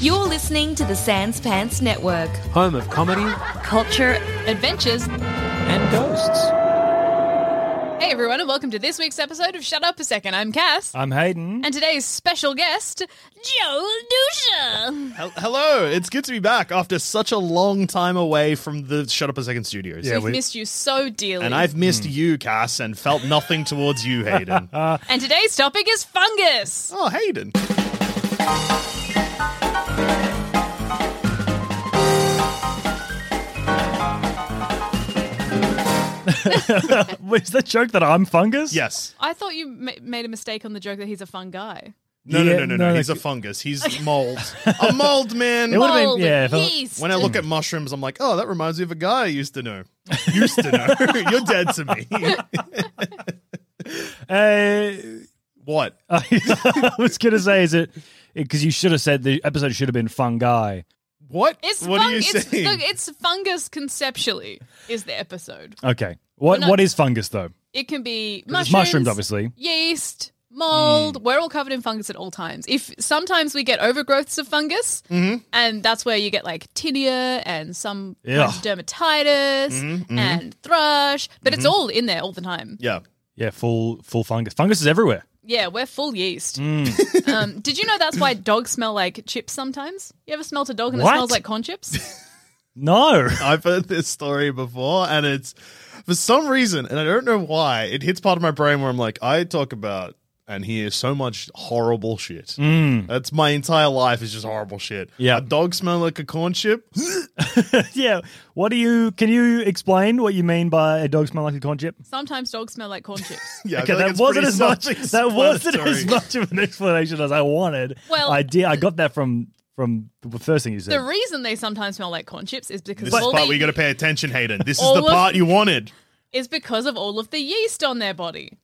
You're listening to the Sans Pants Network. Home of comedy Culture, adventures. and ghosts. Hey everyone, and welcome to this week's episode of Shut Up a Second. I'm Cass. I'm Hayden. and today's special guest, Joe Dusha. Hel- Hello, it's good to be back after such a long time away from the Shut Up a Second Studios. Yeah, We've missed you so dearly. And I've missed you, Cass, and felt nothing towards you, Hayden. And today's topic is fungus. oh, Hayden. Is that joke that I'm fungus? Yes. I thought you ma- made a mistake on the joke that he's a fungi. No, Yeah, no, no, no, no, no. He's a like- fungus. He's mold. a mold man. It would have Mold, been yeah. if I- yeast. When I look at mushrooms, I'm like, oh, that reminds me of a guy I used to know. Used to know. You're dead to me. Uh, what? I was gonna say, is it because you should have said the episode should have been fungi? What? It's what fun- are you it's, saying? Look, it's fungus conceptually is the episode. Okay. What Well, no- what is fungus though? It can be 'Cause it's mushrooms, mushrooms, obviously. yeast, Mm. mold. We're all covered in fungus at all times. If sometimes we get overgrowths of fungus, Mm-hmm. and that's where you get like tinea and some kinds of dermatitis Mm-hmm, and thrush. But it's all in there all the time. yeah. Yeah, full full fungus. Fungus is everywhere. Yeah, we're full yeast. Mm. um, did you know that's why dogs smell like chips sometimes? You ever smelt a dog and What? it smells like corn chips? No. I've heard this story before, and it's for some reason, and I don't know why, it hits part of my brain where I'm like, I talk about and hear so much horrible shit. That's my entire life is just horrible shit. Mm. Yeah. a dog smell like a corn chip. yeah. What do you can you explain what you mean by a dog smell like a corn chip? sometimes dogs smell like corn chips. Yeah, I okay, feel like that it's wasn't pretty as much that wasn't self-explanatory. as much of an explanation as I wanted. Well- I did I got that from from the first thing you said. The reason they sometimes smell like corn chips is because This all is the part they where you got to pay attention, Hayden. This is All the of- part you wanted. is because of all of the yeast on their body.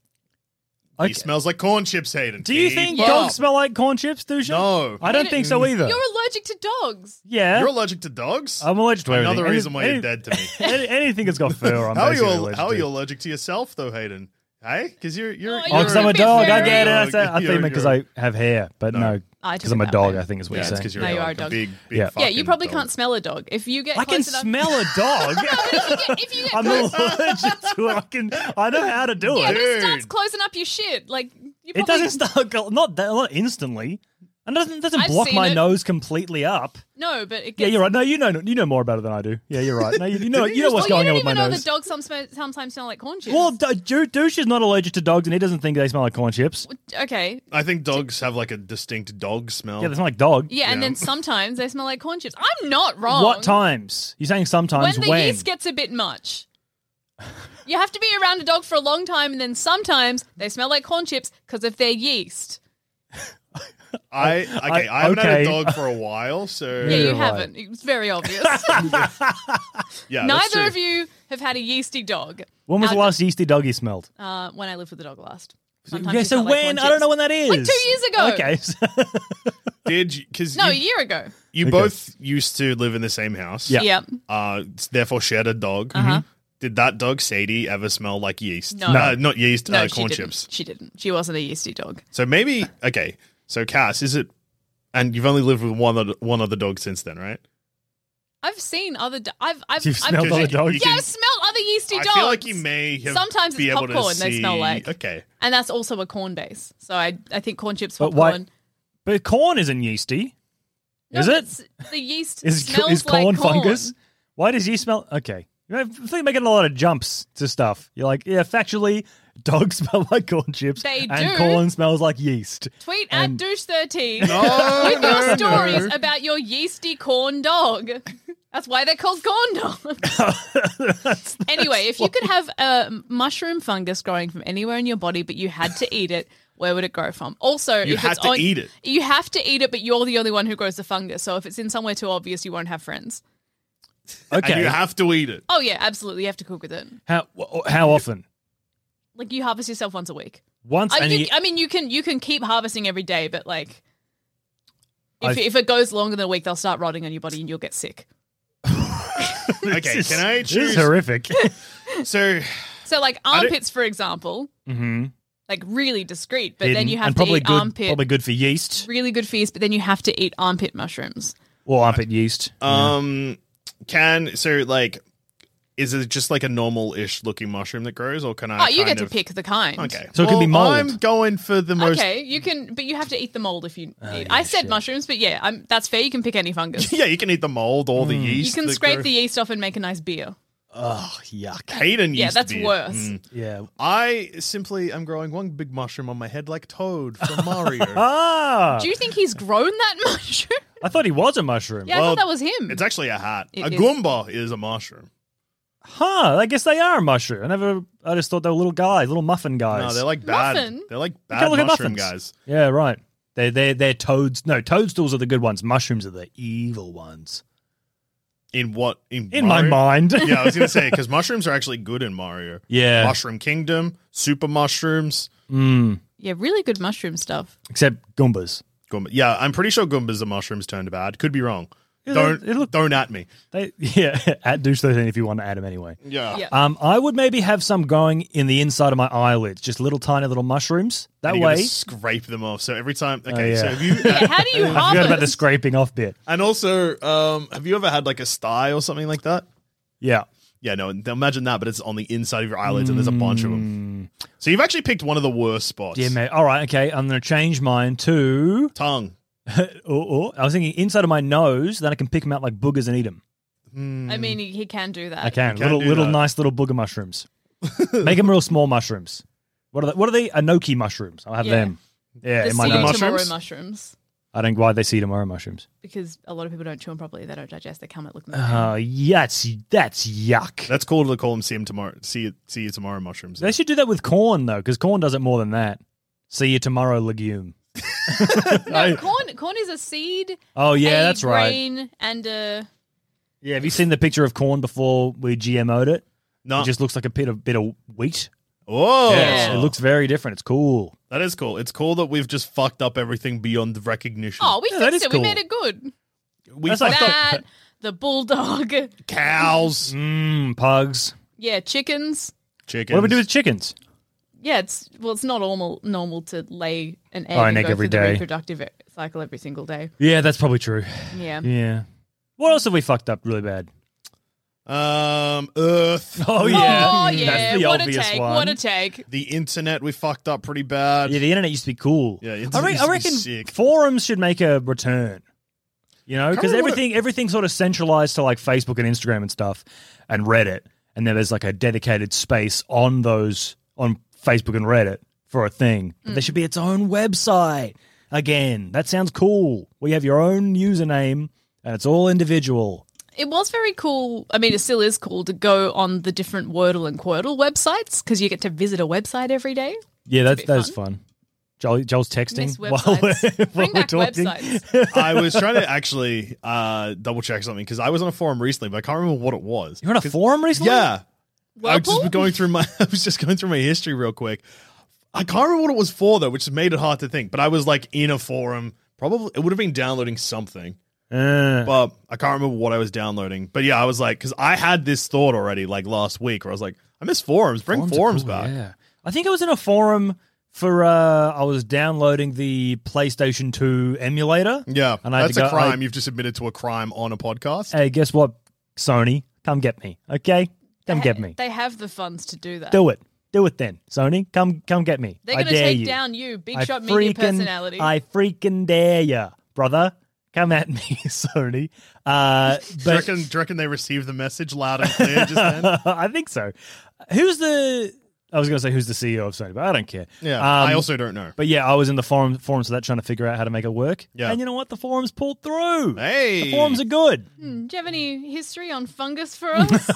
Okay. He smells like corn chips, Hayden. Do you Keep think up. dogs smell like corn chips, Dusha? No. I don't think so either. You're allergic to dogs. yeah. You're allergic to dogs. I'm allergic to everything. Another Any- reason why you're any- dead to me. any- anything that's got fur on how are you? basically al- allergic How are to. you allergic to yourself though, Hayden? Hey, because you're you're. Oh, you're Oh, because I'm a You're a dog. I big get it. I, dog. say, I think You're- because you're- I have hair, but no, I took because it I'm a that dog. way. I think is what Yeah, you're it's saying. because you're No, you like are a a dog. big, big Yeah. yeah, you fucking probably dog. can't smell a dog. If you get I can close enough, smell a dog. if you get I'm close, allergic to it. I can. I know how to do yeah, it. but it starts Dude. closing up your shit. Like you probably, It doesn't start go- not that not instantly, and doesn't doesn't I've block seen my it. nose completely up. No, but it gets, Yeah, you're right. No, you know you know more about it than I do. Yeah, you're right. No, you, you know you know Well, what's going you on don't with my even know nose. that dogs some smell, sometimes smell like corn chips. well, D- Ju- douche is not allergic to dogs, and he doesn't think they smell like corn chips. okay, I think dogs have like a distinct dog smell. Yeah, they smell like dog. yeah, and then sometimes they smell like corn chips. I'm not wrong. What times? You're saying When sometimes the yeast gets a bit much. You have to be around a dog for a long time, and then sometimes they smell like corn chips because of their yeast. I okay. I, haven't okay. had a dog for a while, so Yeah, yeah. you You're right. haven't. It's very obvious. that's Neither true. of you have had a yeasty dog. Ah, When was the Out- last yeasty dog you smelled? Uh, when I lived with the dog last. Sometimes Yeah, you so smell like when? corn I don't know chips. when that is. Like two years ago. Okay. so- did because No, a you, year ago. you Okay. both used to live in the same house. Yeah. Yeah. uh, therefore shared a dog. Uh-huh. Did that dog Sadie ever smell like yeast? No. Uh, not yeast. No, uh, she corn didn't. chips. She didn't. She wasn't a yeasty dog. So maybe okay. So Cass, is it? And you've only lived with one other, one other dog since then, right? I've seen other. Do- I've I've, You've I've smelled other dogs? Yeah, I've smelled other yeasty I dogs. feel like you may have Sometimes be it's able to popcorn they smell see- like. Okay. and that's also a corn base. So I I think corn chips But popcorn. why- But corn isn't yeasty, No, is it? it's- The yeast Is smells is corn like corn. fungus? Why does yeast smell? Okay, You know, I think you're making a lot of jumps to stuff. You're like, yeah, factually, dogs smell like corn chips, They and do. corn smells like yeast. Tweet And- at douche thirteen No, with Oh, no, your stories no. about your yeasty corn dog. That's why they're called corn dogs. anyway, if you could have a mushroom fungus growing from anywhere in your body, but you had to eat it, where would it grow from? Also, You if had it's to on- eat it. You have to eat it, but you're the only one who grows the fungus. So if it's in somewhere too obvious, you won't have friends. Okay, And you have to eat it. Oh yeah, absolutely. You have to cook with it. how wh- how often? Like you harvest yourself once a week. Once I, and you, you- I mean, you can you can keep harvesting every day, but like, if, I- if it goes longer than a week, they'll start rotting on your body and you'll get sick. Okay, This is- can I This choose- is horrific. Oh. So So like don't- armpits, for example, mm-hmm. like really discreet, but Hidden, then you have and to probably eat good, armpit, probably good for yeast really good feast, but then you have to eat armpit mushrooms. or armpit yeast. um can so like is it just like a normal ish looking mushroom that grows or can I oh, you kind get to of- pick the kind. Okay. So it could be Well, mold. I'm going for the most Oh, Okay, you can, but you have to eat the mold if you. eat. I said mushrooms, but yeah, I'm, that's fair. You can pick any fungus. Yeah, you can eat the mold or Mm. the you yeast. can that scrape grow- the yeast off and make a nice beer. Oh yuck! Hayden Yeah, yeast that's beer. worse. Mm. Yeah. I simply am growing one big mushroom on my head like Toad from Mario. Ah, Uh, Do you think he's grown that mushroom? I thought he was a mushroom. yeah, I Well, thought that was him. it's actually a hat. It a is. Goomba is a mushroom. Huh? I guess they are a mushroom. I never. I just thought they were little guys, little muffin guys. No, they're like bad. Muffin? They're like You can't bad look at mushroom muffins. guys. Yeah, right. They're, they're, they're toads. No, toadstools are the good ones. Mushrooms are the evil ones. In what? In, In my Mario? mind. yeah, I was gonna say because mushrooms are actually good in Mario. Yeah. Mushroom Kingdom, Super Mushrooms. Mm, yeah, really good mushroom stuff. except Goombas. Goomba. Yeah, I'm pretty sure Goombas are mushrooms turned bad. Could be wrong. Yeah, don't they- it look- don't at me. They, yeah, at douche 13 if you want to add them anyway. Yeah. Yeah. Um, I would maybe have some going in the inside of my eyelids, just little tiny little mushrooms. That And you gotta way. Oh, scrape them off. So every time, okay. yeah. So have you? Yeah, how do you I forgot about the harvest? scraping off bit. and also, um, have you ever had like a sty or something like that? Yeah. Yeah, no. Imagine that, but it's on the inside of your eyelids, and there's a bunch of them. So you've actually picked one of the worst spots. Mm. Yeah, mate. All right, okay. I'm going to change mine to. Tongue. Oh, oh. I was thinking inside of my nose, then I can pick them out like boogers and eat them. I mean, he, he can do that. I can. You Hmm. can Little do little that. nice little booger mushrooms. Make them real small mushrooms. What are they? What are they? Anoki mushrooms. I'll have Yeah. them. Yeah, The in my sea nose. mushrooms? tomorrow mushrooms I don't why they see tomorrow mushrooms. because a lot of people don't chew them properly. They don't digest. They come at looking. Uh-huh. Oh, yes, that's yuck. That's cool to call them. See him tomorrow. See you. See you tomorrow. Mushrooms. They should do that with corn though, because corn does it more than that. See you tomorrow, legume. no, corn corn is a seed. Oh yeah, a that's right. grain, And a Yeah, have you seen the picture of corn before we GMO'd it? No. It just looks like a bit of bit of wheat. Whoa. Yeah. It looks very different. It's cool. That is cool. It's cool that we've just fucked up everything beyond recognition. oh, we Yeah, that fixed is it. cool. We made it good. we that's fucked like- up That the bulldog. cows, Mmm, pugs. Yeah, chickens. chickens. What do we do with chickens? Yeah, it's well, it's not normal normal to lay an egg, Oh, an and egg go every through day. the reproductive cycle every single day. Yeah, that's probably true. Yeah. Yeah. What else have we fucked up really bad? um Earth? Oh Oh yeah, yeah, that's the what obvious a take! one. What a take! The internet we fucked up pretty bad. yeah, the internet used to be cool. Yeah, the I, internet re- I used to be reckon sick. forums should make a return. You know, because Kinda wanna- everything everything sort of centralized to like Facebook and Instagram and stuff, and Reddit, and then there's like a dedicated space on those on Facebook and Reddit for a thing. But Mm. there should be its own website again. That sounds cool. Where you have your own username and it's all individual. It was very cool. I mean, it still is cool to go on the different Wordle and Quirtle websites because you get to visit a website every day. Yeah, that's bit that's fun. Joel, Joel's texting Miss while websites. we're, while Bring we're back talking. websites. I was trying to actually uh double check something because I was on a forum recently, but I can't remember what it was. You're on a forum recently. Yeah. I was Whirlpool? just going through my I was just going through my history real quick. I can't remember what it was for though, which made it hard to think. But I was like in a forum. Probably it would have been downloading something. Uh, But I can't remember what I was downloading. But yeah, I was like, because I had this thought already like last week where I was like, I miss forums. Bring forums, are cool, back. yeah. I think I was in a forum for uh, I was downloading the PlayStation 2 emulator. Yeah, and I Eh, had that's to go, a crime. Hey, You've just admitted to a crime on a podcast. hey, guess what, Sony? Come get me, okay? Come get me. They have the funds to do that. Do it. Do it then, Sony. Come, come get me. They're I going to dare take you. down you, big I shot media freaking- personality. I freaking dare you, brother. Come at me, Sony. Uh, do, you but reckon, do you reckon they received the message loud and clear just then? I think so. Who's the? I was going to say who's the CEO of Sony, but I don't care. Yeah, Um, I also don't know. But yeah, I was in the forum forums for that, trying to figure out how to make it work. Yeah. and you know what? The forums pulled through. Hey. the forums are good. Do you have any history on fungus for us?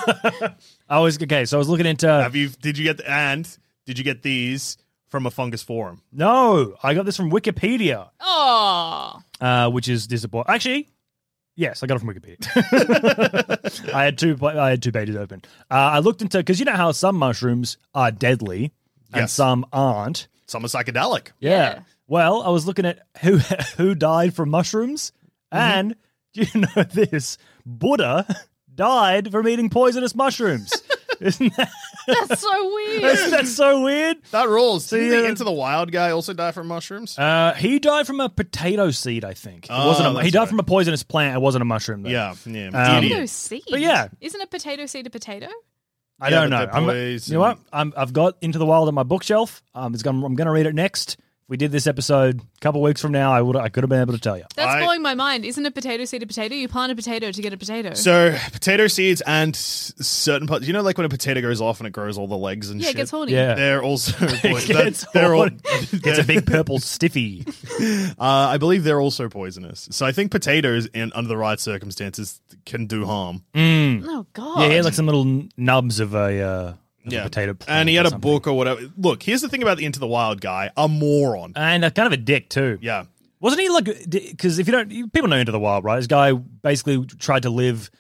I was okay. So I was looking into. Have you? Did you get the, and did you get these from a fungus forum? no, I got this from Wikipedia, oh, uh, which is disappointing. Actually, yes, I got it from Wikipedia. I had two. I had two pages open. Uh, I looked into because you know how some mushrooms are deadly and Yes. some aren't. Some are psychedelic. Yeah. Yeah. Well, I was looking at who who died from mushrooms, and do you know this? Buddha died from eating poisonous mushrooms. Isn't that that's so weird. that's, that's so weird? That rules. Did See, the uh, Into the Wild guy also die from mushrooms? Uh, he died from a potato seed, I think. It Oh, wasn't a, he that's died right. from a poisonous plant. It wasn't a mushroom. Though. yeah, Um, yeah. idiot. Potato seed. But yeah. Isn't a potato seed a potato? I Yeah, don't but know. they're I'm, poison- you know what? I'm, I've got Into the Wild on my bookshelf. Um, it's gonna, I'm going to read it next. If we did this episode a couple weeks from now, I would I could have been able to tell you. That's I- blowing my mind. Isn't a potato seed a potato? You plant a potato to get a potato. So potato seeds and s- certain parts. You know, like when a potato goes off and it grows all the legs and yeah, shit. it gets horny. Yeah. They're also. poisonous. It's they're all, horny. it's a big purple stiffy. uh, I believe they're also poisonous. So I think potatoes, in under the right circumstances, can do harm. Oh God. Yeah, he had like some little n- nubs of a, uh, of a Yeah, potato. and plant he had or a something. book or whatever. Look, here's the thing about the Into the Wild guy: a moron. and a, kind of a dick too. yeah, wasn't he like? Because if you don't, you- people know Into the Wild, right? This guy basically tried to live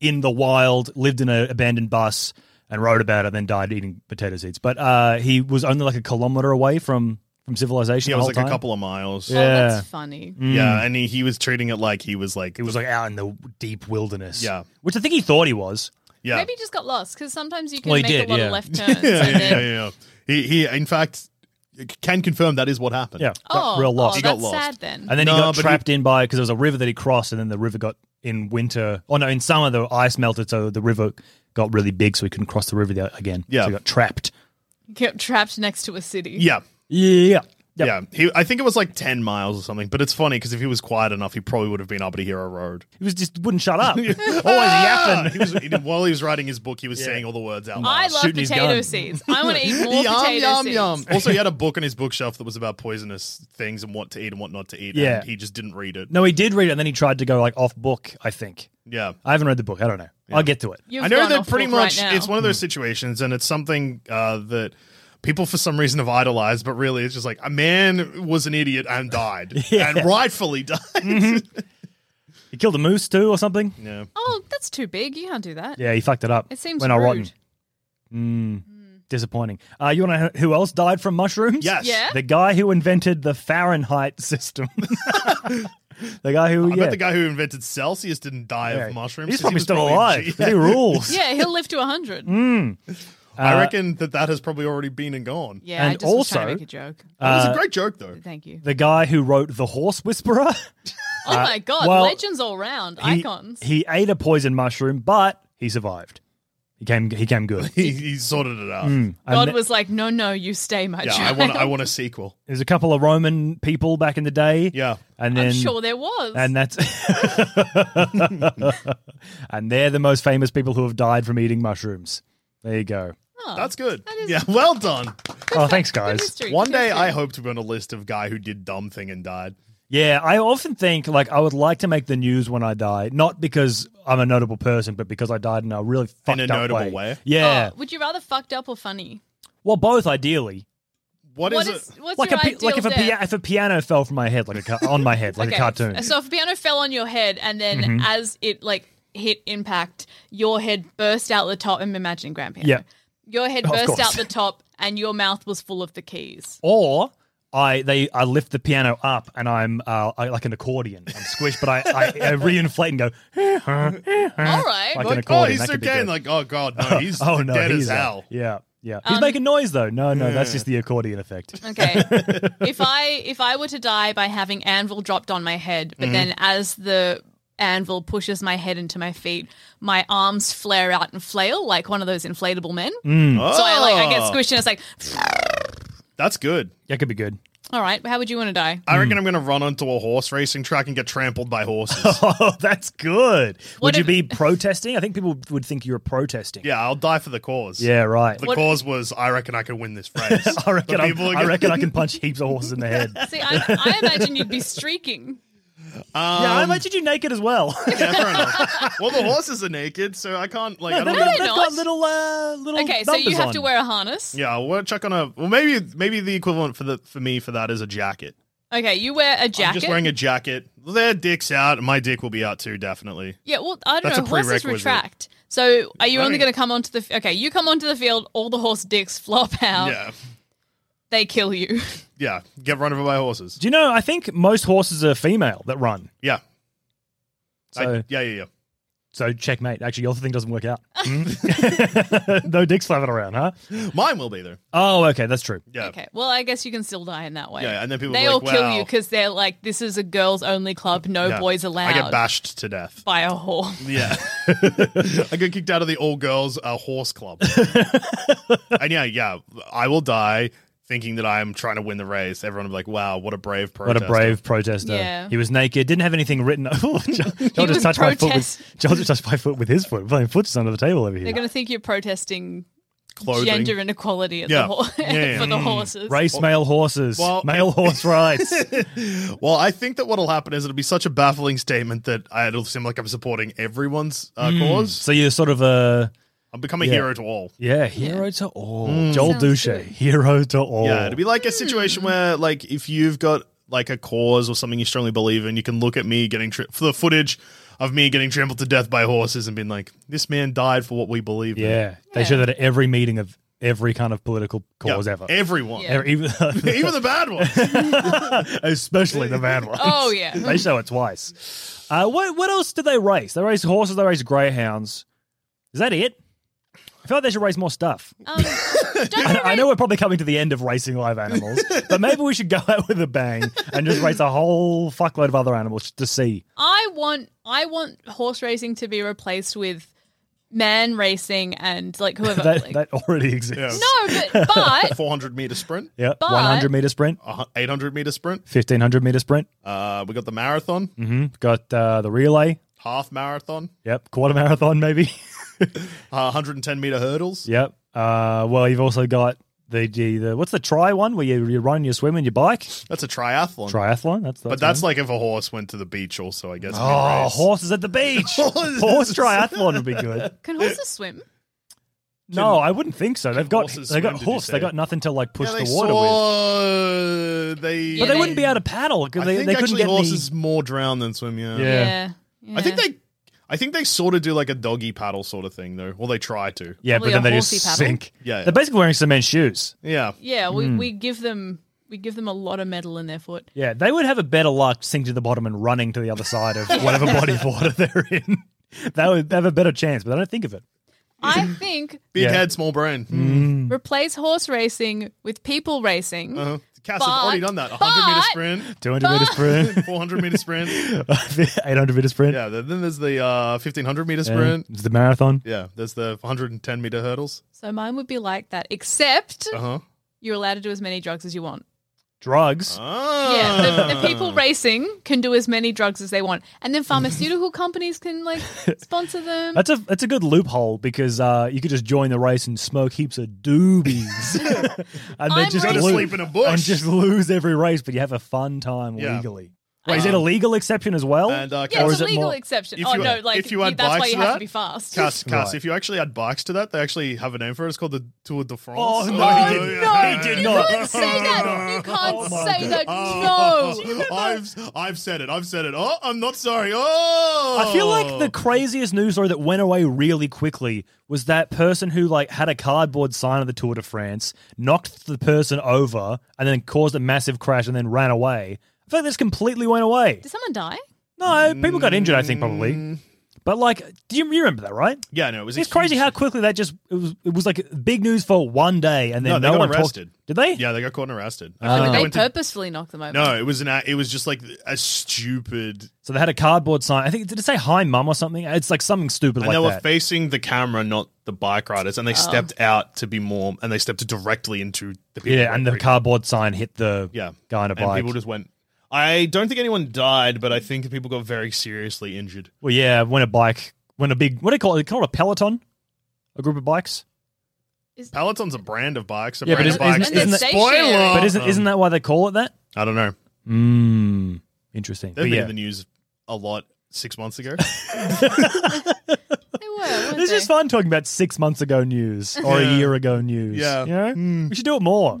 in the wild, lived in an abandoned bus, and wrote about it, then died eating potato seeds. But uh, he was only like a kilometer away from from civilization. he the was whole like a time. couple of miles. Oh, Yeah. that's funny. Yeah, and he, he was treating it like he was like He was like out in the deep wilderness. Yeah. which I think he thought he was. yeah. Maybe he just got lost because sometimes you can Well, he make did, a lot yeah. of left turns. yeah, and yeah, then, yeah. He he in fact can confirm that is what happened. Yeah, Oh, got real oh, lost. that's He got lost. sad then. And then No, he got but trapped in by because there was a river that he crossed, and then the river got in winter. Oh no, in summer the ice melted, so the river got really big, so he couldn't cross the river there again. Yeah. so he got trapped. Kept trapped next to a city. Yeah. Yeah, Yeah, he, I think it was like ten miles or something. But it's funny because if he was quiet enough, he probably would have been able to hear a road. Ah! He was just wouldn't shut up. Always yapping. he was he, did- while he was writing his book, he was saying all the words out I loud. love Shooting his potato gun. seeds. I want to eat more potato seeds. Also, he had a book on his bookshelf that was about poisonous things and what to eat and what not to eat. Yeah. and he just didn't read it. No, he did read it, and then he tried to go like off book. I think Yeah, I haven't read the book. I don't know. I'll get to it. You've I know gone that off pretty book right much now. it's one of Hmm. those situations, and it's something uh, that people for some reason have idolized, but really it's just like a man was an idiot and died, and rightfully died. Mm-hmm. He killed a moose too, or something. Yeah. Oh, that's too big. You can't do that. Yeah, he fucked it up. It seems when rude. I rotten. Disappointing. Uh, you want to know who else died from mushrooms? Yes. Yeah? the guy who invented the Fahrenheit system. the guy who yeah. I bet the guy who invented Celsius didn't die Yeah. of mushrooms. He's 'cause he probably was still a alive. G. He rules. Yeah, he'll live to hundred. Mm. I Uh, reckon that that has probably already been and gone. Yeah, I And just was trying to also- make a joke. It Uh, was a great joke though. Thank you. The guy who wrote The Horse Whisperer. Oh my god, Uh, well, legends all round, he- icons. He ate a poison mushroom, but he survived. He came. He came good. He, he sorted it out. And God th- was like, no, no, you stay, my Yeah, I child. want I want a sequel. There's a couple of Roman people back in the day. Yeah. and I'm then sure there was. and that's and they're the most famous people who have died from eating mushrooms. There you go. That's good. Oh, is- yeah, well done. Oh, thanks, Good guys. history, One good day history. I hope to be on a list of guy who did dumb thing and died. Yeah, I often think like I would like to make the news when I die, not because I'm a notable person, but because I died in a really fucked a up notable way? Yeah, Oh, would you rather fucked up or funny? well, both ideally. What it? is, what's like your a pi- ideal like if a, death? pia- if a piano fell from my head, like a ca- on my head, like Okay, a cartoon. Mm-hmm. So if a piano fell on your head and then as it like hit impact, your head burst out the top. I'm imagining grand piano. Yeah. Your head Of burst out course. the top and your mouth was full of the keys. or I they I lift the piano up and I'm uh, I, like an accordion. I'm squished, but I, I, I reinflate and go. All Like- right. Like, an oh, accordion, he's that so could be gay. good. And like, oh god, no, he's oh no, dead he's as out. hell. Yeah, Yeah. Um, He's making noise though. No, no, that's just the accordion effect. Okay. if I if I were to die by having anvil dropped on my head, Mm-hmm. but then as the anvil pushes my head into my feet, my arms flare out and flail like one of those inflatable men. Mm. So I like I get Oh. squished and it's like, That's good. That could be good. all right, how would you want to die? I reckon I'm going to run onto a horse racing track and get trampled by horses. Oh, that's good. would What you if- be protesting? I think people would think you were protesting. yeah, I'll die for the cause. Yeah, right. The cause was I reckon I could win this race. I reckon, But I'm- people are I gonna- reckon I can punch heaps of horses in the head. See, I, I imagine you'd be streaking. Um, yeah, I imagine you naked as well. Yeah, fair enough. well, the horses are naked, so I can't like. I don't They've know. they're got not. little, uh, little Okay, so you numbers have on. to wear a harness. Yeah, we'll check on a. Well, maybe maybe the equivalent for the for me for that is a jacket. Okay, you wear a jacket. I'm just wearing a jacket. Their dick's out, and my dick will be out too, definitely. Yeah, well, I don't That's know. a Horses prerequisite. retract. So are you I only don't- going to come onto the? Okay, you come onto the field. All the horse dicks flop out. Yeah, They kill you. yeah. Get run over by horses. Do you know? I think most horses are female that run. Yeah. I- So- yeah, yeah, yeah. So checkmate. Actually, your thing doesn't work out. no dicks flapping around, huh? Mine will be there. Oh, okay, that's true. Yeah. Okay. Well, I guess you can still die in that way. Yeah, and then people they are all like, kill "Wow." you because they're like, this is a girls only club. No Yeah. boys allowed. I get bashed to death. by a whore. Yeah. I get kicked out of the all girls uh, horse club. and yeah, yeah, I will die thinking that I'm trying to win the race. Everyone will be like, wow, what a brave What protest. a brave protester. Yeah. He was naked, didn't have anything written. Oh, Joel Joel was just touched my foot. protest- With, Joel just touched my foot with his foot. We're playing foots under the table over They're here. going to think you're protesting Clothing. gender inequality at Yeah. the whore Yeah, yeah, Mm. for the yeah. horses. Race male horses, Well- male horse rights. Well, I think that what'll happen is it'll be such a baffling statement that I, it'll seem like I'm supporting everyone's uh, cause. Hmm. so you're sort of a I'll become a Yeah. hero to all. yeah hero to all. Joel Sounds Douche, good. hero to all. Mm. Yeah, it'd be like a Hmm. situation where, like, if you've got like a cause or something you strongly believe in, you can look at me getting tri- for the footage of me getting trampled to death by horses and being like, "This man died for what we believe in." yeah. They show that at every meeting of every kind of political Yeah, cause ever. everyone, Yeah. Every- even, even the bad ones. especially the bad ones. Oh, yeah. they show it twice. Uh, what what else do they race? They race horses. They race greyhounds. Is that it? I feel like they should race more stuff. Um, don't they I, I raise- know we're probably coming to the end of racing live animals, but maybe we should go out with a bang and just race a whole fuckload of other animals just to see. I want I want horse racing to be replaced with man racing and like whoever. That, like- that already exists. no, but but 400 meter sprint, Yeah, But- 100 meter sprint, a hu- 800 meter sprint. 1500 meter sprint. Uh, we got the marathon, hmm Got uh, the relay. half marathon, Yep, quarter marathon maybe. uh, 110 meter hurdles. Yep. Uh, well, you've also got the, the the what's the try one where you you run, you swim, and you bike That's a triathlon. triathlon. That's but that's like if a horse went to the beach, also, I guess. one. oh horses at the beach. Horses. Horse triathlon would be good. can horses swim? No, I wouldn't think so. They've got Horses they swim, got did you hoofs. They say? got nothing to like push yeah, they the water with. saw, They, But Yeah, they they- wouldn't be able to paddle because I they, think they couldn't actually get horses more drown than swim. Yeah. Yeah. Yeah. I think they, I think they sort of do like a doggy paddle sort of thing though. Well, they try to. the yeah, but Probably then a they just horsey paddle. sink. Yeah, yeah. they're basically wearing cement shoes. Yeah. Yeah, we, Mm. we give them we give them a lot of metal in their foot. Yeah, they would have a better luck sinking to the bottom and running to the other side of whatever body of water they're in. They would they have a better chance, but I don't think of it. I think Big Yeah. Mm-hmm. head, small brain. Mm. replace horse racing with people racing. Uh-huh. Cass But- has already done that. 100 meter Two hundred meter sprint, sprint, 400 meter sprint. eight hundred meter sprint. Yeah. th- Then there's the uh, 1500 meter Yeah. sprint. It's the marathon. Yeah. There's the 110 meter hurdles. So mine would be like that, except Uh huh. you're allowed to do as many drugs as you want. Uh-huh. Drugs. Yeah, Ah. the, the people racing can do as many drugs as they want, and then pharmaceutical companies can like sponsor them. That's a that's a good loophole because uh, you could just join the race and smoke heaps of doobies, and I'm Go to lose- sleep in a bush. and just lose every race. But you have a fun time Yeah. legally. Wait, is it a legal exception as well? And, uh, yeah, or it's is a it legal more- exception. if Oh you- no, like if you add that's why bikes you to have that, to be fast. Cass, Cass, Right. if you actually add bikes to that, they actually have a name for it. It's called the Tour de France. Oh, no, Oh, he no, did- you he did not. can't say that. You can't Oh, my say that. No. Oh, I've I've said it. I've said it. Oh, I'm not sorry. Oh, I feel like the craziest news story that went away really quickly was that person who like had a cardboard sign of the Tour de France, knocked the person over, and then caused a massive crash, and then ran away. I feel like this completely went away. Did someone die? No, people got injured. I think probably, But like, do you, you remember that, right? Mm. Yeah, no, it was. a It's crazy huge- how quickly that just it was. It was like big news for one day, and then No, no, they got one talked- arrested. Did they? Yeah, they got caught and arrested. I Ah. feel like they They went to- purposefully knocked them over. no, it was an. a- It was just like a stupid. So they had a cardboard sign. I think did it say "Hi, Mum" or something? It's like something stupid And like they were that. facing the camera, not the bike riders, and they Oh. stepped out to be more, and they stepped directly into the people. yeah, and the car. cardboard sign hit the yeah guy on a and bike. people just went i don't think anyone died but i think the people got very seriously injured well, yeah, when a bike, when a big, what do you call it? They call it a peloton, a group of bikes. peloton's a brand of bikes a Yeah, but brand is- of bikes isn't- isn't It's it- Stationary. spoiler But isn't isn't that why they call it that? i don't know Mmm, interesting. they've But been yeah. in the news a lot six months ago They were. weren't This they? is fun talking about six months ago news or a Yeah. year ago news. Yeah. Hmm. You know? We should do it more.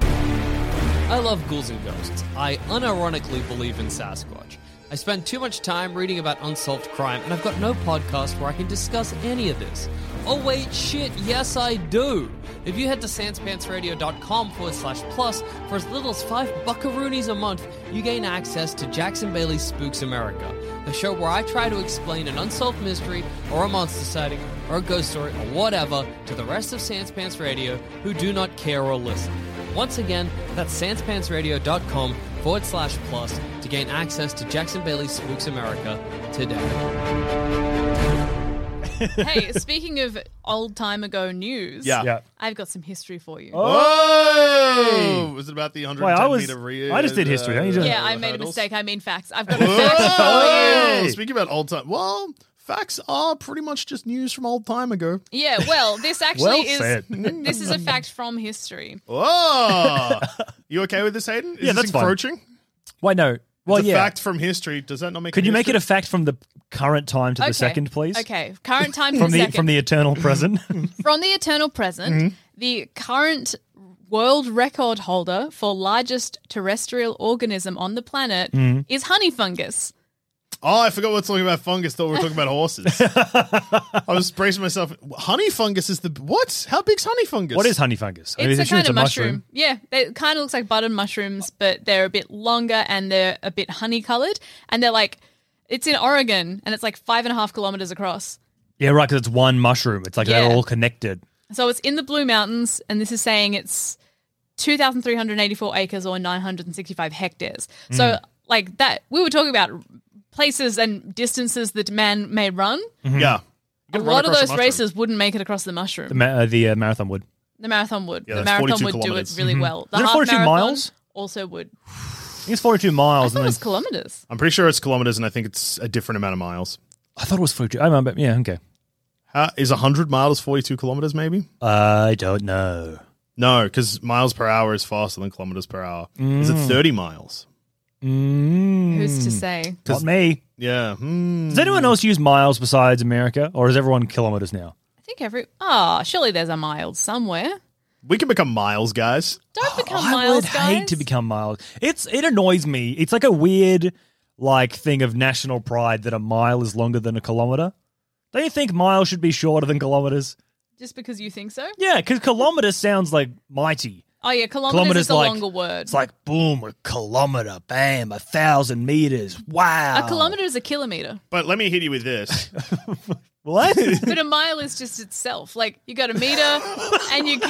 I love ghouls and ghosts. I unironically believe in Sasquatch. I spend too much time reading about unsolved crime, and I've got no podcast where I can discuss any of this. Oh, wait, shit, yes, I do. If you head to sanspantsradio.com forward slash plus, for as little as five buckaroonies a month, you gain access to Jackson Bailey's Spooks America, the show where I try to explain an unsolved mystery or a monster sighting or a ghost story or whatever to the rest of Sanspants Radio who do not care or listen. Once again, that's sanspantsradio.com forward slash plus to gain access to Jackson Bailey's Spooks America today. hey, speaking of old time ago news, Yeah. Yeah. I've got some history for you. oh was it about the 110 Wait, I was- meter rear I just did history, don't you just- Yeah, I made a hurdles? mistake. I mean facts. I've got a fact for you. Whoa! speaking about old time well facts are pretty much just news from old time ago Yeah, well, this actually Well is said. this is a fact from history. oh you okay with this hayden Is Yeah, this that's fine. encroaching Why no? Well, it's a yeah. fact from history does that not make Could you make it a history? fact from the current time to the second, please? Okay, current time to From the second. from the Mm-hmm. eternal present. From the eternal present, the current world record holder for largest terrestrial organism on the planet Mm-hmm. is honey fungus. Oh, I forgot we're talking about fungus. Thought we were talking about horses. I was bracing myself. Honey fungus is the what? How big's honey fungus? what is honey fungus? I mean, It's a assume kind of mushroom. Yeah, they- it kind of looks like button mushrooms, but they're a bit longer and they're a bit honey colored. And they're like, it's in Oregon and it's like five and a half kilometers across. Yeah, right. Because it's one mushroom. It's like they're Yeah. all connected. So it's in the Blue Mountains, and this is saying it's 2,384 acres or 965 hectares. So, Mm. like that, we were talking about places and distances that man may run. Mm-hmm. Yeah, A lot of those races wouldn't make it across the mushroom. The, ma- uh, the uh, marathon would. The marathon would. Yeah, the that's marathon 42 would kilometers. do it really well. The Mm-hmm. Is it half 42 marathon miles? also would. I think it's forty-two miles. I thought and it then- was kilometers. I'm pretty sure it's kilometers, and I think it's a different amount of miles. I thought it was forty-two. I remember. Yeah. Okay. How, is hundred miles forty-two kilometers? Maybe I don't know. no, because miles per hour is faster than kilometers per hour. Is it thirty miles? Mm, Who's to say? not me. Yeah. Hmm. Does anyone else use miles besides America, or is everyone kilometers now? I think every. Ah, surely there's a mile somewhere. We can become miles, guys. Don't become Oh, I miles, would guys. hate to become miles. It's it annoys me. It's like a weird like thing of national pride that a mile is longer than a kilometer. Don't you think miles should be shorter than kilometers? Just because you think so? Yeah, because kilometer sounds like mighty. Oh, yeah, kilometers, Kilometers is a like- longer word. It's like boom, a kilometer, bam, a thousand meters. Wow, a kilometer is a kilometer. But let me hit you with this. What? But a mile is just itself. Like you got a meter, and you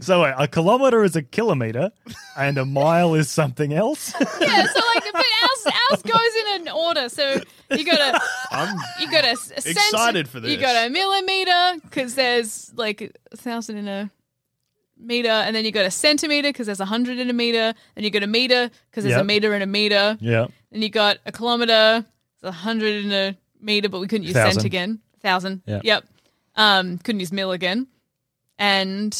so wait, a kilometer is a kilometer, and a mile is something else. yeah. So like, but ours, ours goes in an order. So you got a I'm you got a s- a centi- Excited for You this. got a millimeter because there's like a thousand in a meter, and then you got a centimeter because there's a hundred in a meter, and you got a meter because there's Yep. a meter in a meter, yeah, and you got a kilometer, it's a hundred in a meter, but we couldn't use Thousand. cent again. Thousand. Yeah. Yep. Um, couldn't use mil again, and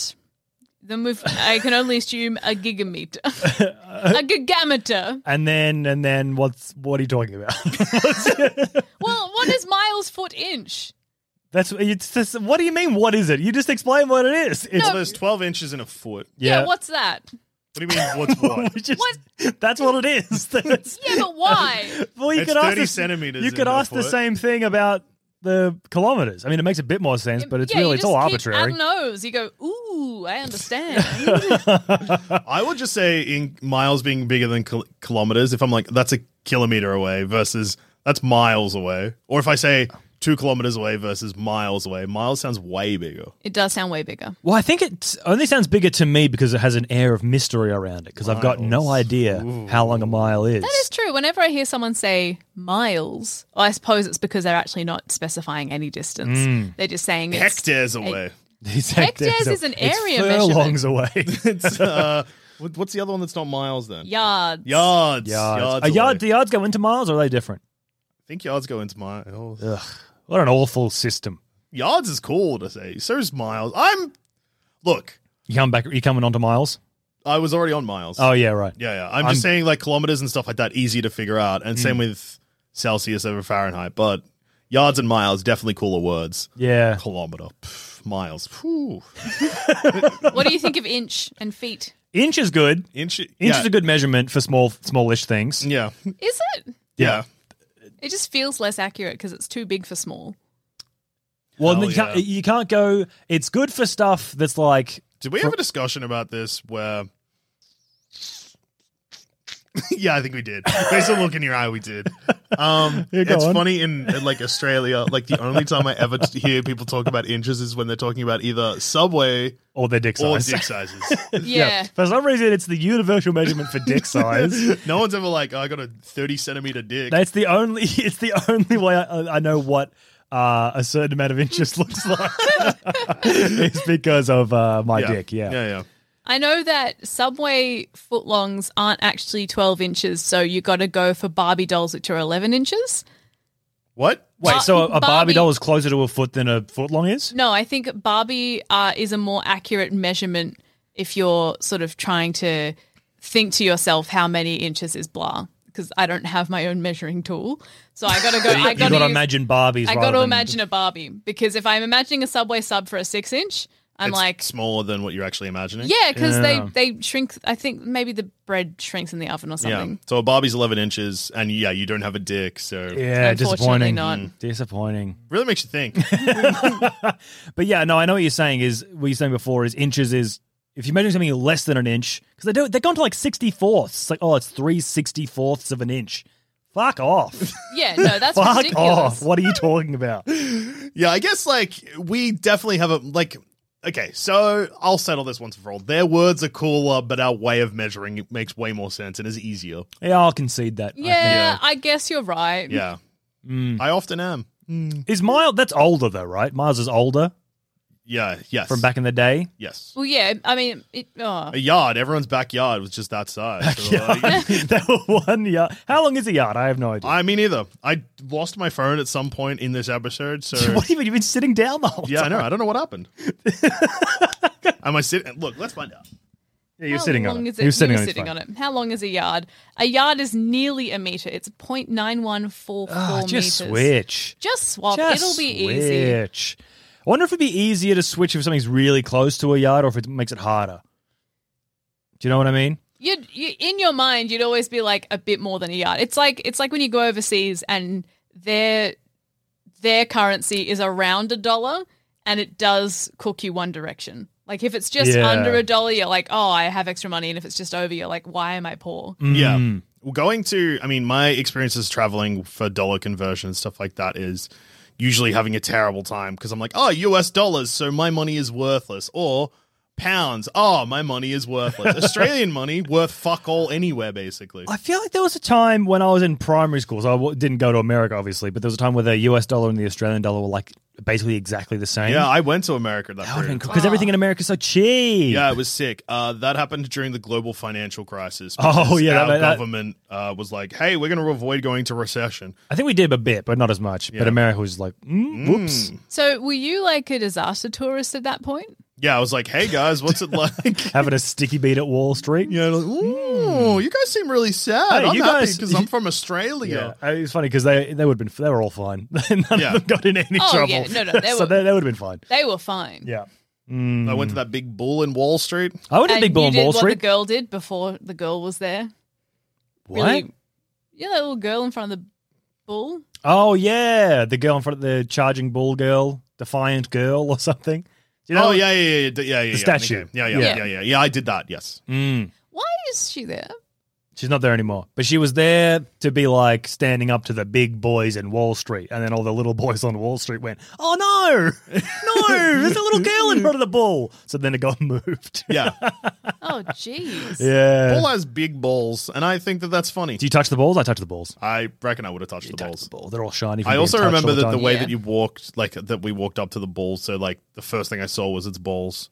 The move, I can only assume a gigameter, a gigameter. And then and then what's what are you talking about? Well, what is miles foot inch? That's it's just, what do you mean? What is it? You just explain what it is. It's Well, there's 12 inches in a foot. Yeah, what's that? What do you mean, what's what? We just- That's what it is. That's- Yeah, but why? well, you It's could ask 30 this- centimeters You in could a ask the foot. same thing about the kilometers. I mean, it makes a bit more sense, but it's Yeah, you really it's all just keep arbitrary. Adding those, you go. Ooh, I understand. I would just say in miles being bigger than kil- kilometers, if I'm like, that's a kilometer away versus that's miles away. Or if I say two kilometers away versus miles away, miles sounds way bigger. it does sound way bigger. Well, I think it only sounds bigger to me because it has an air of mystery around it. Because I've got no idea how long a mile is. That is true. Whenever I hear someone say miles, I suppose it's because they're actually not specifying any distance. They're just saying it's, Hectares away. These Hectares hectares is an it's area furlongs away. it's, uh, what- what's the other one that's not miles then? yards. Yards. yards. Yards. Are yard, do away. yards go into miles or are they different? I think yards go into miles. What an awful system. Yards is cool to say. So is miles. I'm. Look, You come back. You coming onto miles? I was already on miles. Oh yeah, right. Yeah, yeah. I'm, just saying like kilometers and stuff like that, easy to figure out. And same with Celsius over Fahrenheit, but yards and miles, definitely cooler words. Yeah. Kilometer, pff, miles, phew. What do you think of inch and feet? Inch is good. inch. Inch Inch yeah. is a good measurement for small, smallish things. Yeah, Is it? yeah. It just feels less accurate because it's too big for small. Well, Hell you can't, yeah. you can't go. It's good for stuff that's like. Did we have a discussion about this where? yeah, I think we did. Based on the look in your eye, we did. Um, Yeah, go it's on. funny in, in, like Australia. Like the only time I ever t- hear people talk about inches is when they're talking about either subway Or their dick or size. dick sizes. Yeah. For some reason, it's the universal measurement for dick size. no one's ever like, "Oh, I got a thirty centimeter dick. That's the only. It's the only way I, I know what uh, a certain amount of inches looks like. it's because of uh, my dick. Yeah. yeah, yeah. I know that Subway footlongs aren't actually 12 inches, so you got to go for Barbie dolls, which are 11 inches. What? Wait, so a, a Barbie, Barbie- doll is closer to a foot than a foot long is? No, I think Barbie uh, is a more accurate measurement if you're sort of trying to think to yourself how many inches is blah. Because I don't have my own measuring tool, so I gotta go. I you got gotta, to use- imagine Barbies. I got gotta imagine a Barbie because if I'm imagining a Subway sub for a six inch, I'm It's like, smaller than what you're actually imagining. yeah, because Yeah. they they shrink. I think maybe the bread shrinks in the oven or yeah. something. So a Barbie's eleven inches, and yeah, you don't have a dick, so Yeah, Unfortunately disappointing. Mm. not. Disappointing. really makes you think. But yeah, no, I know what you're saying is what you're saying before is inches is if you measure something less than an inch because they do they're gone to like sixty fourths. It's like oh, it's three sixty fourths of an inch. Fuck off. Yeah, no, that's Fuck ridiculous. off. What are you talking about? yeah, I guess like we definitely have a like. Okay, so I'll settle this once and for all. Their words are cooler, but our way of measuring it makes way more sense and is easier. Yeah, I'll concede that. I think. Yeah, I guess you're right. Yeah, Mm. I often am. Is Miles that's older though, right? Miles is older Yeah. Yes. from back in the day. Yes. Well, yeah, I mean, it, oh, A yard. Everyone's backyard was just that size. So, like, that was one yard. How long is a yard? I have no idea. I mean, either. I lost my phone at some point in this episode, so what even you've been sitting down the whole yeah, I time? know. I don't know what happened. Am I sitting? Look, let's find out. Yeah, you're How sitting long on is it. You're sitting, you on, were his sitting phone. on it. How long is a yard? A yard is nearly a meter. It's 0.9144 Ah, meters. just switch. Just swap. Just It'll be easy. switch. I wonder if it'd be easier to switch if something's really close to a yard or if it makes it harder. Do you know what I mean? You'd, you in your mind, you'd always be like a bit more than a yard. It's like it's like when you go overseas and their their currency is around a dollar, and it does cook you one direction. Like if it's just Yeah. under a dollar, you're like, oh, I have extra money, and if it's just over, you're like, why am I poor? Yeah. Mm. Well, going to, I mean, my experiences traveling for dollar conversion and stuff like that is usually having a terrible time because I'm like, oh, US dollars, so my money is worthless. Or pounds, oh, my money is worthless. Australian money, worth fuck all anywhere, basically. I feel like there was a time when I was in primary school. So I w- didn't go to America, obviously, but there was a time where the US dollar and the Australian dollar were like basically exactly the same. yeah, I went to America at that that would have period been of cool because everything in America is so cheap. Yeah, it was sick. Uh, that happened during the global financial crisis. Oh, because yeah, our that- that- government uh, was like, "Hey, we're going to avoid going to recession." I think we did a bit, but not as much. But Yeah. America was like, mm, whoops. So were you like a disaster tourist at that point? Yeah, I was like, hey guys, what's it like? Having a sticky beat at Wall Street. you know, like, ooh, you guys seem really sad. Hmm. Hey, I'm you happy guys- because I'm from Australia. I mean, Uh, it's funny because they they would have been they were all fine. None of Yeah. them got in any Oh, trouble. yeah. No, no, they so were- they, they would have been fine. They were fine. Yeah, Hmm. I went to that big bull in Wall Street. I went to And Big Bull you on did Wall what Street. the girl did before the girl was there. What? Really, yeah, that little girl in front of the bull. Oh yeah, the girl in front of the charging bull girl, defiant girl or something. You know, oh yeah, yeah, yeah, yeah, yeah, yeah. yeah, statue. Hmm. okay. Yeah, yeah, yeah, Yeah. yeah, yeah, yeah. I did that. Yes. Why is she there? She's not there anymore, but she was there to be like standing up to the big boys in Wall Street, and then all the little boys on Wall Street went, "Oh no, no, there's a little girl in front of the bull." So then it got moved. Yeah. Oh, jeez. yeah. bull has big balls, and I think that that's funny. Do you touch the balls? I touch the balls. I reckon I would have touched the balls. Ball. They're all shiny. from I being also touched all remember that time. the way Yeah. that you walked, like that we walked up to the bull. So like the first thing I saw was its balls.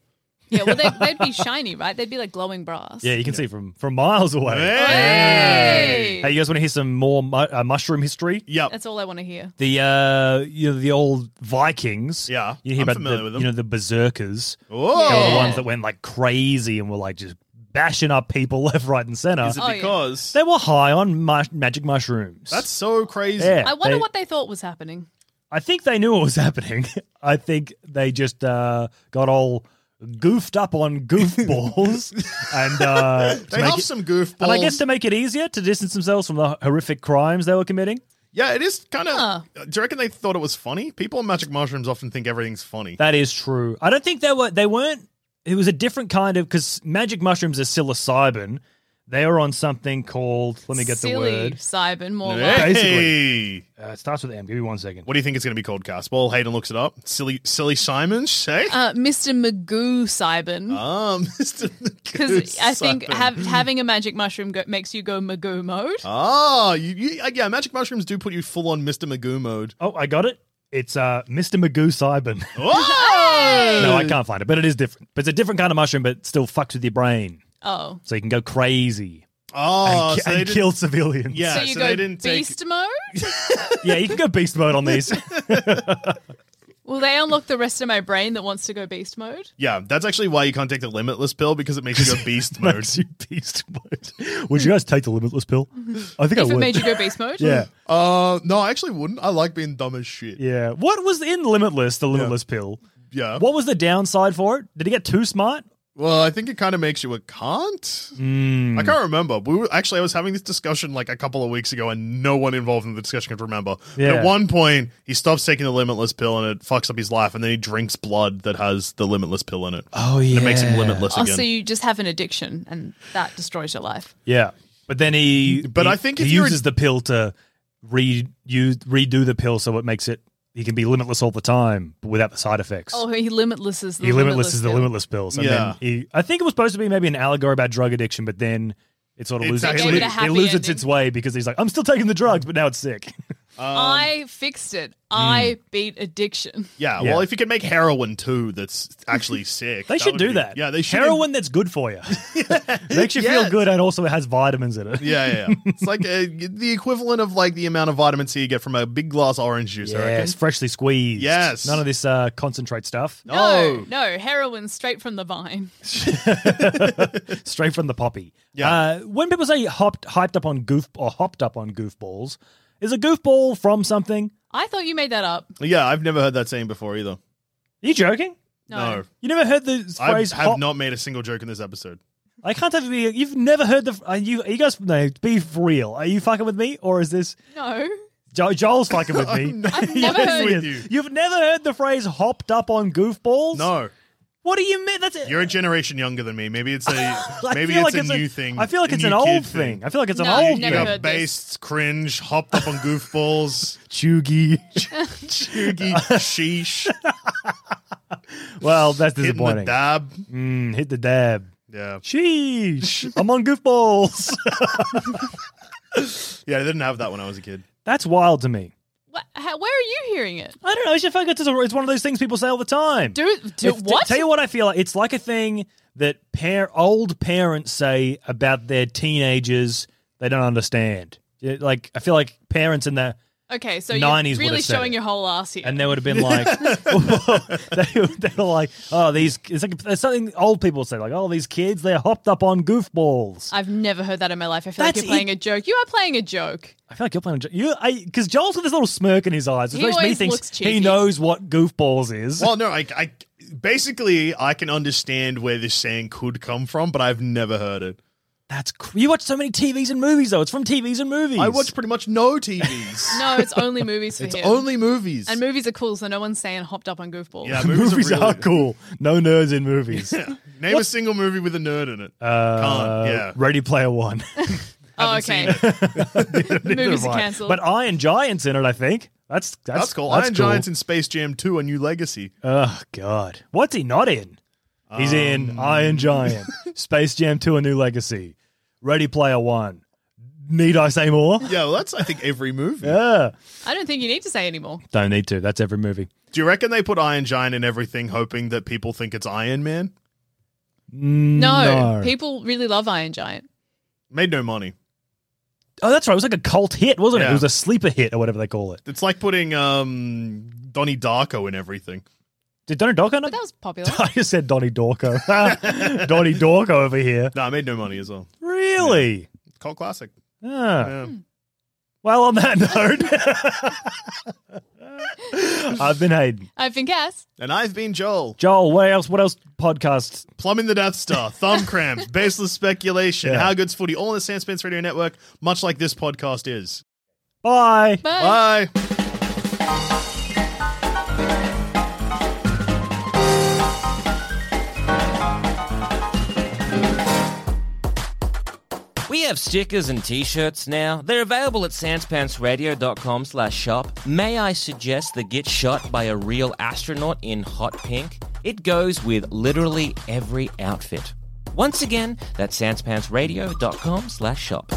Yeah, well, they'd, they'd be shiny, right? They'd be like glowing brass. Yeah, you can see from from miles away. Hey! Hey, you guys want to hear some more mu- uh, mushroom history? Yep. That's all I want to hear. The uh, you know, the old Vikings. Yeah, you hear I'm about familiar the, with them. you know the berserkers. They were oh, the ones that went like crazy and were like just bashing up people left, right, and center. is it Oh, yeah. because they were high on mush- magic mushrooms. that's so crazy? yeah. I wonder they- what they thought was happening. I think they knew what was happening. I think they just uh, got all goofed up on goofballs and uh, to They make have it- some goofballs. And I guess to make it easier to distance themselves from the horrific crimes they were committing. yeah, it is kind of. Do you reckon they thought it was funny? People on magic mushrooms often think everything's funny. That is true. I don't think they were. They weren't. It was a different kind of because magic mushrooms are psilocybin. They are on something called. Let me get Silly the word. Cybin, more like. Hey, Basically. Uh, it starts with M. Give me one second. what do you think it's going to be called, Cass? Well, Hayden looks it up. Silly, silly Simon, say. Uh, Mr. Magoo Oh, Cybin. Um, Mr. Because I think Simon. hav having a magic mushroom go- makes you go Magoo mode. Ah, you, you, yeah, magic mushrooms do put you full on Mr. Magoo mode. Oh, I got it. It's uh, Mr. Magoo Cybin. Oh! no, I can't find it, but it is different. But it's a different kind of mushroom, but still fucks with your brain, Oh. so you can go crazy Oh, and, ki- so they and didn't- kill civilians. Yeah, so you so go they didn't take. beast mode? yeah, you can go beast mode on these. Will they unlock the rest of my brain that wants to go beast mode? Yeah, that's actually why you can't take the limitless pill because it makes you go beast mode. Makes you beast mode. Would you guys take the limitless pill? I think I Mm-hmm. if would. it made you go beast mode? yeah. Uh, no, I actually wouldn't. I like being dumb as shit. Yeah. What was in Limitless, the Limitless pill? Yeah. What was the downside for it? Did it get too smart? Well, I think it kind of makes you a can't. Hmm. I can't remember. We were actually I was having this discussion like a couple of weeks ago, and no one involved in the discussion could remember. But Yeah. At one point, he stops taking the limitless pill, and it fucks up his life, and then he drinks blood that has the limitless pill in it. Oh, and it makes him yeah. limitless Oh, again. so you just have an addiction and that destroys your life. Yeah. But then he But he- I think he if you're- uses the pill to reuse redo the pill so it makes it he can be limitless all the time but without the side effects. Oh, he limitless is the he limitless is the pill. limitless pills. And Yeah. then he I think it was supposed to be maybe an allegory about drug addiction, but then it sort of It's loses actually- it, They gave it a lo- it happy loses ending. its way because he's like, I'm still taking the drugs, but now it's sick. Um, I fixed it. hmm. I beat addiction. yeah, Yeah. Well, if you could make heroin too, that's actually sick. They should would do be- that. Yeah, they should. Heroin that's good for you. Makes you Yes. feel good and also it has vitamins in it. Yeah, yeah, yeah. it's like uh the equivalent of like the amount of vitamin C you get from a big glass orange juice. I reckon. Yes, freshly squeezed. Yes. None of this uh, concentrate stuff. Oh. No, no, heroin straight from the vine. Straight from the poppy. Yeah. Uh, when people say hopped, hyped up on goof or hopped up on goofballs, is a goofball from something? I thought you made that up. Yeah, I've never heard that saying before either. Are you joking? No. No. You never heard the I phrase have hop- not made a single joke in this episode. I can't have you. You've never heard the. Are you, are you guys. No, be for real. Are you fucking with me? Or is this. No. Jo- Joel's fucking with me. I've never heard with Oh, you. You've never heard the phrase hopped up on goofballs? No, What do you mean? That's it. you're a generation younger than me. Maybe it's a I maybe feel it's like a new thing. I feel like a it's new an kid old thing. I feel like it's No, an you've old never thing. Yeah, heard this. based, cringe, hopped up on goofballs, Chuggy. chuggy, sheesh, well, that's hitting the disappointing. dab. Mm, hit the dab. Yeah, Sheesh. I'm on goofballs. yeah. I didn't have that when I was a kid. that's wild to me. What, how, where are you hearing it? I don't know. It's just like it's, a- it's one of those things people say all the time. Do, do It's- what? Tell you what I feel like. It's like a thing that par- old parents say about their teenagers they don't understand. Yeah, Like I feel like parents in the Okay, so 90s you're would've really said showing it. your whole ass here. and they would have been like, they, they were like, oh, these, it's like it's something old people say, like, oh, these kids, they're hopped up on goofballs. I've never heard that in my life. I feel like That's you're playing it. a joke. You are playing a joke. I feel like you're playing, a jo- you, because Joel's got this little smirk in his eyes, which He makes me always think looks he cheeky. knows what goofballs is. Well, no, I, I basically I can understand where this saying could come from, but I've never heard it. That's, cr- you watch so many TVs and movies, though. It's from TVs and movies. I watch pretty much no TVs. No, it's only movies for it's him. only movies. and movies are cool, so no one's saying hopped up on goofballs. yeah, movies, really are good. cool. No nerds in movies. Name a single movie with a nerd in it. Uh, Can't. Yeah. Ready Player One. Oh, okay. movies are Right. cancelled. But Iron Giant's in it, I think. That's that's, That's cool. That's Iron Giant's in Space Jam 2, A New Legacy. Oh God, what's he not in? He's Um, in Iron Giant, Space Jam Two: A New Legacy, Ready Player One. Need I say more? Yeah, well, that's, I think, every movie. Yeah. I don't think you need to say anymore. Don't need to. That's every movie. Do you reckon they put Iron Giant in everything hoping that people think it's Iron Man? No, No. people really love Iron Giant. Made no money. Oh, that's right. It was like a cult hit, wasn't it? Yeah. It was a sleeper hit or whatever they call it. It's like putting um, Donnie Darko in everything. Did Donnie Darko? But Not- that was popular. I just said Donnie Darko. Donnie Darko over here. No, it made no money as well. Really? It's called classic. Ah. Yeah. Well, on that note, I've been Hayden. I've been Cass. And I've been Joel. Joel, what else? What else? Podcast. Plumbing the Death Star, Thumb Cramps, Baseless Speculation, Yeah. How Good's Footy, all in the Sandspence Radio Network, much like this podcast is. Bye. Bye. Bye. We have stickers and t-shirts now. They're available at sanspantsradio.com slash shop. May I suggest the Get Shot by a Real Astronaut in Hot Pink? It goes with literally every outfit. Once again, that's sanspantsradio.com slash shop.